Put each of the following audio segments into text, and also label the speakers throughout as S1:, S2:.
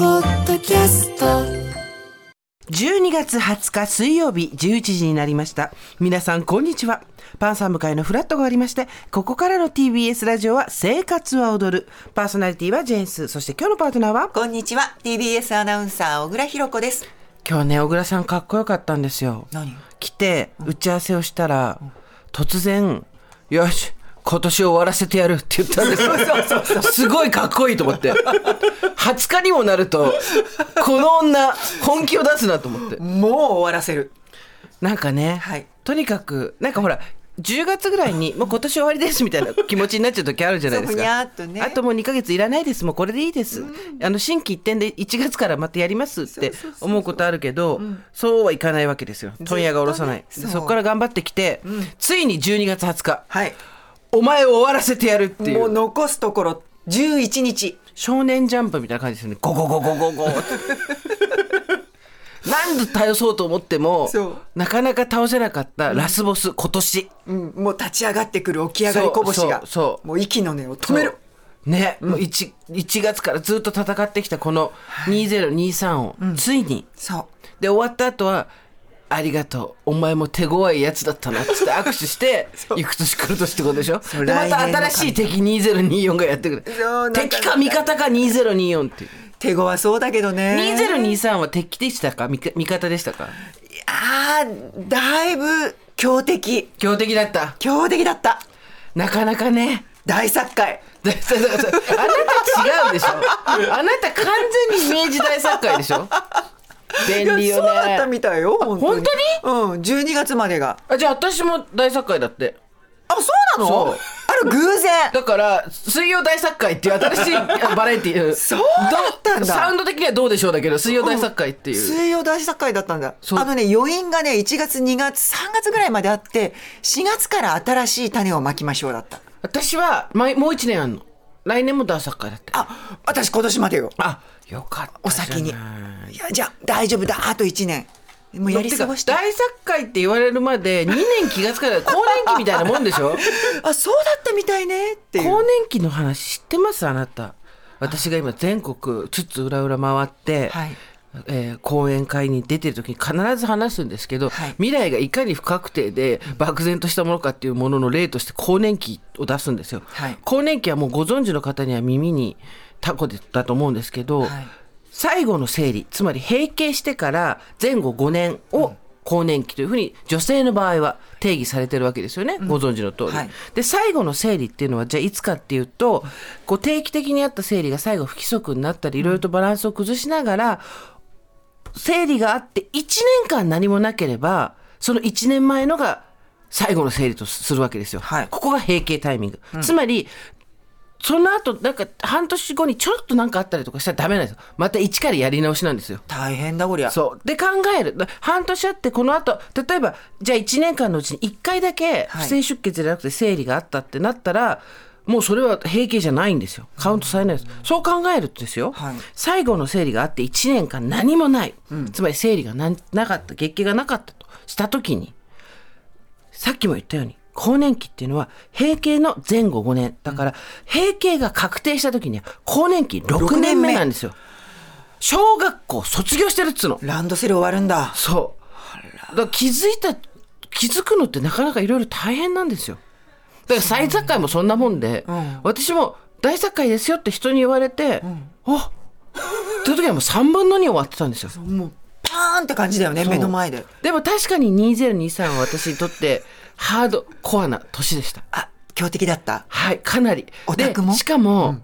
S1: キャスト
S2: 12月20日水曜日11時になりました。皆さんこんにちは。パンサー向かいのフラットがありまして、ここからの TBS ラジオは生活は踊る。パーソナリティはジェーンス。そして今日のパートナーは
S3: こんにちは TBS アナウンサー小倉弘子です
S2: 今日ね、小倉さんかっこよかったんですよ。
S3: 何
S2: 来て打ち合わせをしたら、突然、よし、今年終わらせてやるって言ったんですよ。すごいかっこいいと思って。20日にもなると、この女、本気を出すなと思って。
S3: もう終わらせる
S2: なんかね、
S3: はい
S2: とにかくなんかほら、10月ぐらい にもう今年終わりですみたいな気持ちになっちゃう時あるじゃないですか。
S3: そうふにゃーっとね
S2: あともう2ヶ月いらないです。もうこれでいいです。あの新規一点で1月からまたやりますって思うことあるけど、そうはいかないわけですよ。問屋が下ろさない。
S3: ずっとね
S2: で
S3: そ
S2: そ
S3: う
S2: こから頑張ってきて、ついに12月20日、
S3: はい
S2: お前を終わらせてやるってい
S3: もう
S2: う。
S3: 残すところ11日
S2: 少年ジャンプみたいな感じですよね。ゴゴゴゴゴ ゴ。何度倒そうと思っても
S3: そう
S2: なかなか倒せなかったラスボス、今年。
S3: うんもう立ち上がってくる起き上がりこぼしが
S2: そうそうそう
S3: もう息の根を止める
S2: そうね、もう 1, 1月からずっと戦ってきたこの2023を、ついに
S3: そう
S2: で終わった後は「ありがとうお前も手強いやつだったな」っつって握 手して行く年来る年ってことでしょ
S3: う
S2: でまた
S3: 来年の
S2: 新しい敵2024がやってくる
S3: そうなんか
S2: 敵か味方か2024っていう
S3: 手強そうだけどね
S2: 2023は敵でしたか味か味方でしたか
S3: あーだいぶ強敵
S2: 強敵だった
S3: 強敵だった
S2: なかなかね
S3: 大殺界
S2: だだだだあなた違うでしょあなた完全に明治大作界でしょ便利
S3: いや
S2: よ
S3: そうだった
S2: ね
S3: みたいよ
S2: 本
S3: うん12月までが
S2: あじゃあ私も大作界だって
S3: あそうな
S2: そ
S3: の
S2: う
S3: ある偶然
S2: だから水曜大作界っていう新しいあバラエティー
S3: そうだったんだ
S2: どサウンド的にはどうでしょうだけど水曜大作界っていう、
S3: 水曜大作会だったんだ
S2: そう
S3: あのね余韻がね1月2月3月ぐらいまであって4月から新しい種をまきましょうだった
S2: 私はまもう一年あんの来年も大作界だって
S3: あ私今年までよ
S2: あよかった
S3: お先に
S2: じゃない
S3: いやじゃあ大丈夫だあと1年もうやり過ごして
S2: てか大作界って言われるまで2年気がつかない更年期みたいなもんでしょ
S3: あそうだったみたいねってい
S2: 更
S3: う
S2: 年期の話知ってますあなた私が今全国つつ裏裏回って、
S3: はい
S2: えー講演会に出てる時に必ず話すんですけど、
S3: はい
S2: 未来がいかに不確定で漠然としたものかっていうものの例として更年期を出すんですよ、
S3: はい
S2: 更年期はもうご存知の方には耳にタコでだと思うんですけど、
S3: はい
S2: 最後の生理つまり閉経してから前後5年を更年期というふうに女性の場合は定義されてるわけですよね、ご存知の通り、
S3: はい
S2: で最後の生理っていうのはじゃあいつかっていうとこう定期的にあった生理が最後不規則になったりいろいろとバランスを崩しながら生理があって1年間何もなければその1年前のが最後の生理とするわけですよ、
S3: はい
S2: ここが閉経タイミング、つまりその後なんか半年後にちょろっとなんかあったりとかしたらダメなんですよまた一からやり直しなんですよ
S3: 大変だこりゃ
S2: そうで考えるだ半年あってこの後例えばじゃあ1年間のうちに1回だけ
S3: はい
S2: 不正出血じゃなくて生理があったってなったら、もうそれは閉経じゃないんですよカウントされないです、そう考えるとですよ、
S3: はい
S2: 最後の生理があって1年間何もない、つまり生理がなんなかった月経がなかったとした時にさっきも言ったように更年期っていうのは閉経の前後5年だから閉経が確定した時には更年期6年目なんですよ小学校卒業してるっつうの
S3: ランドセル終わるんだ
S2: そう。だから気づいた、気づくのってなかなかいろいろ大変なんですよ。だから再作会もそんなもんで、
S3: ん
S2: 私も大作会ですよって人に言われて、あって時はもう3分の2終わってたんですよ。
S3: もうパーンって感じだよね目の前で
S2: でも確かに2023は私にとってハードコアな年でした。
S3: あ強敵だった
S2: はい、かなり。
S3: オタ
S2: で
S3: クも
S2: しかも、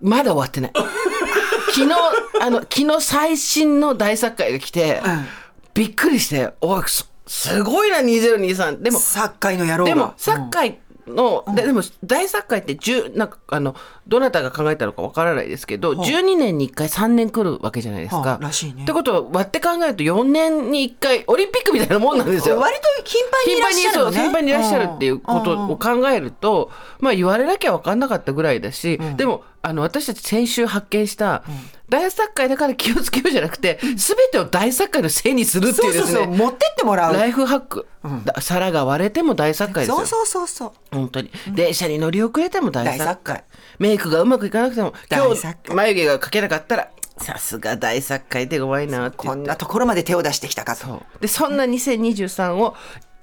S2: まだ終わってない。 昨日、あの、昨日最新の大作会が来て、
S3: うん
S2: びっくりして、おい、すすごいな、2023。でも、
S3: 作家の野郎が
S2: でも、サッカーの、ででも、大作会って10、なんか、あの、どなたが考えたのかわからないですけど、12年に1回3年来るわけじゃないです
S3: は
S2: か
S3: あ。らしいね
S2: ってことは、割って考えると4年に1回、オリンピックみたいなもんなんですよ。
S3: 割と頻繁にいらっしゃるのね
S2: 頻繁にそう頻繁にいらっしゃるっていうこ
S3: うん
S2: とを考えると、まあ言われなきゃ分かんなかったぐらいだし、でもあの私たち先週発見した、大作界だから気をつけようじゃなくて、すべてを大作界のせいにするって
S3: そ
S2: いう
S3: う
S2: で
S3: そう
S2: す
S3: そう
S2: ね。
S3: 持ってってもらう
S2: ライフハック、だ皿が割れても大作界ですよ。
S3: そうそうそうそう
S2: 本当に電車に乗り遅れても大
S3: 大
S2: 作
S3: 作
S2: 界
S3: 界
S2: メイクがうまくいかなくても今
S3: 大作界
S2: 日眉毛が描けなかったらさすが大作家でごわいなって
S3: こ
S2: 言っ
S3: ん
S2: て
S3: なところまで手を出してきたかと。
S2: そうでそんな2023を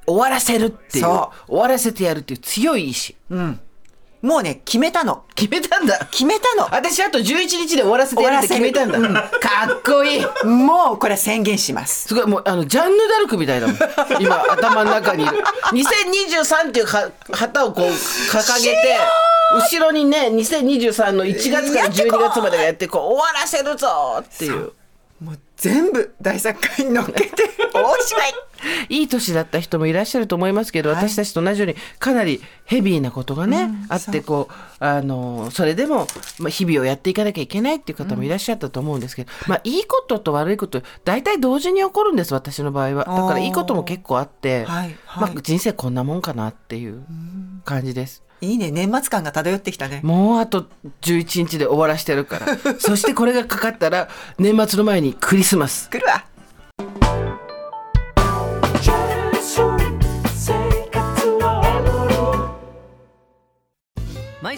S2: 終わらせるっていう
S3: そ
S2: 終わらせてやるっていう強い意志
S3: もうね、決めたの。
S2: 決めたんだ
S3: 決めたの。
S2: 私あと11日で終わらせてやるって決めたんだ、
S3: 終わ
S2: かっこいい
S3: もうこれは宣言します。
S2: すごいもうあのジャンヌ・ダルクみたいだも ん今頭の中にいる2023っていうは旗をこう掲げて後ろにね2023の1月から12月までがやってこう終わらせるぞっていう
S3: もう全部大作家に乗っけて、大芝居
S2: いい年だった人もいらっしゃると思いますけど、私たちと同じようにかなりヘビーなことがね、あってこうあのそれでも、まあ、日々をやっていかなきゃいけないっていう方もいらっしゃったと思うんですけど、まあ、いいことと悪いこと大体同時に起こるんです私の場合はだからいいことも結構あって、
S3: はいはい
S2: まあ、人生こんなもんかなっていう感じです。
S3: いいね、年末感が漂ってきたね。
S2: もうあと11日で終わらしてやるから そしてこれがかかったら年末の前にクリスマス
S3: 来るわ。
S1: 毎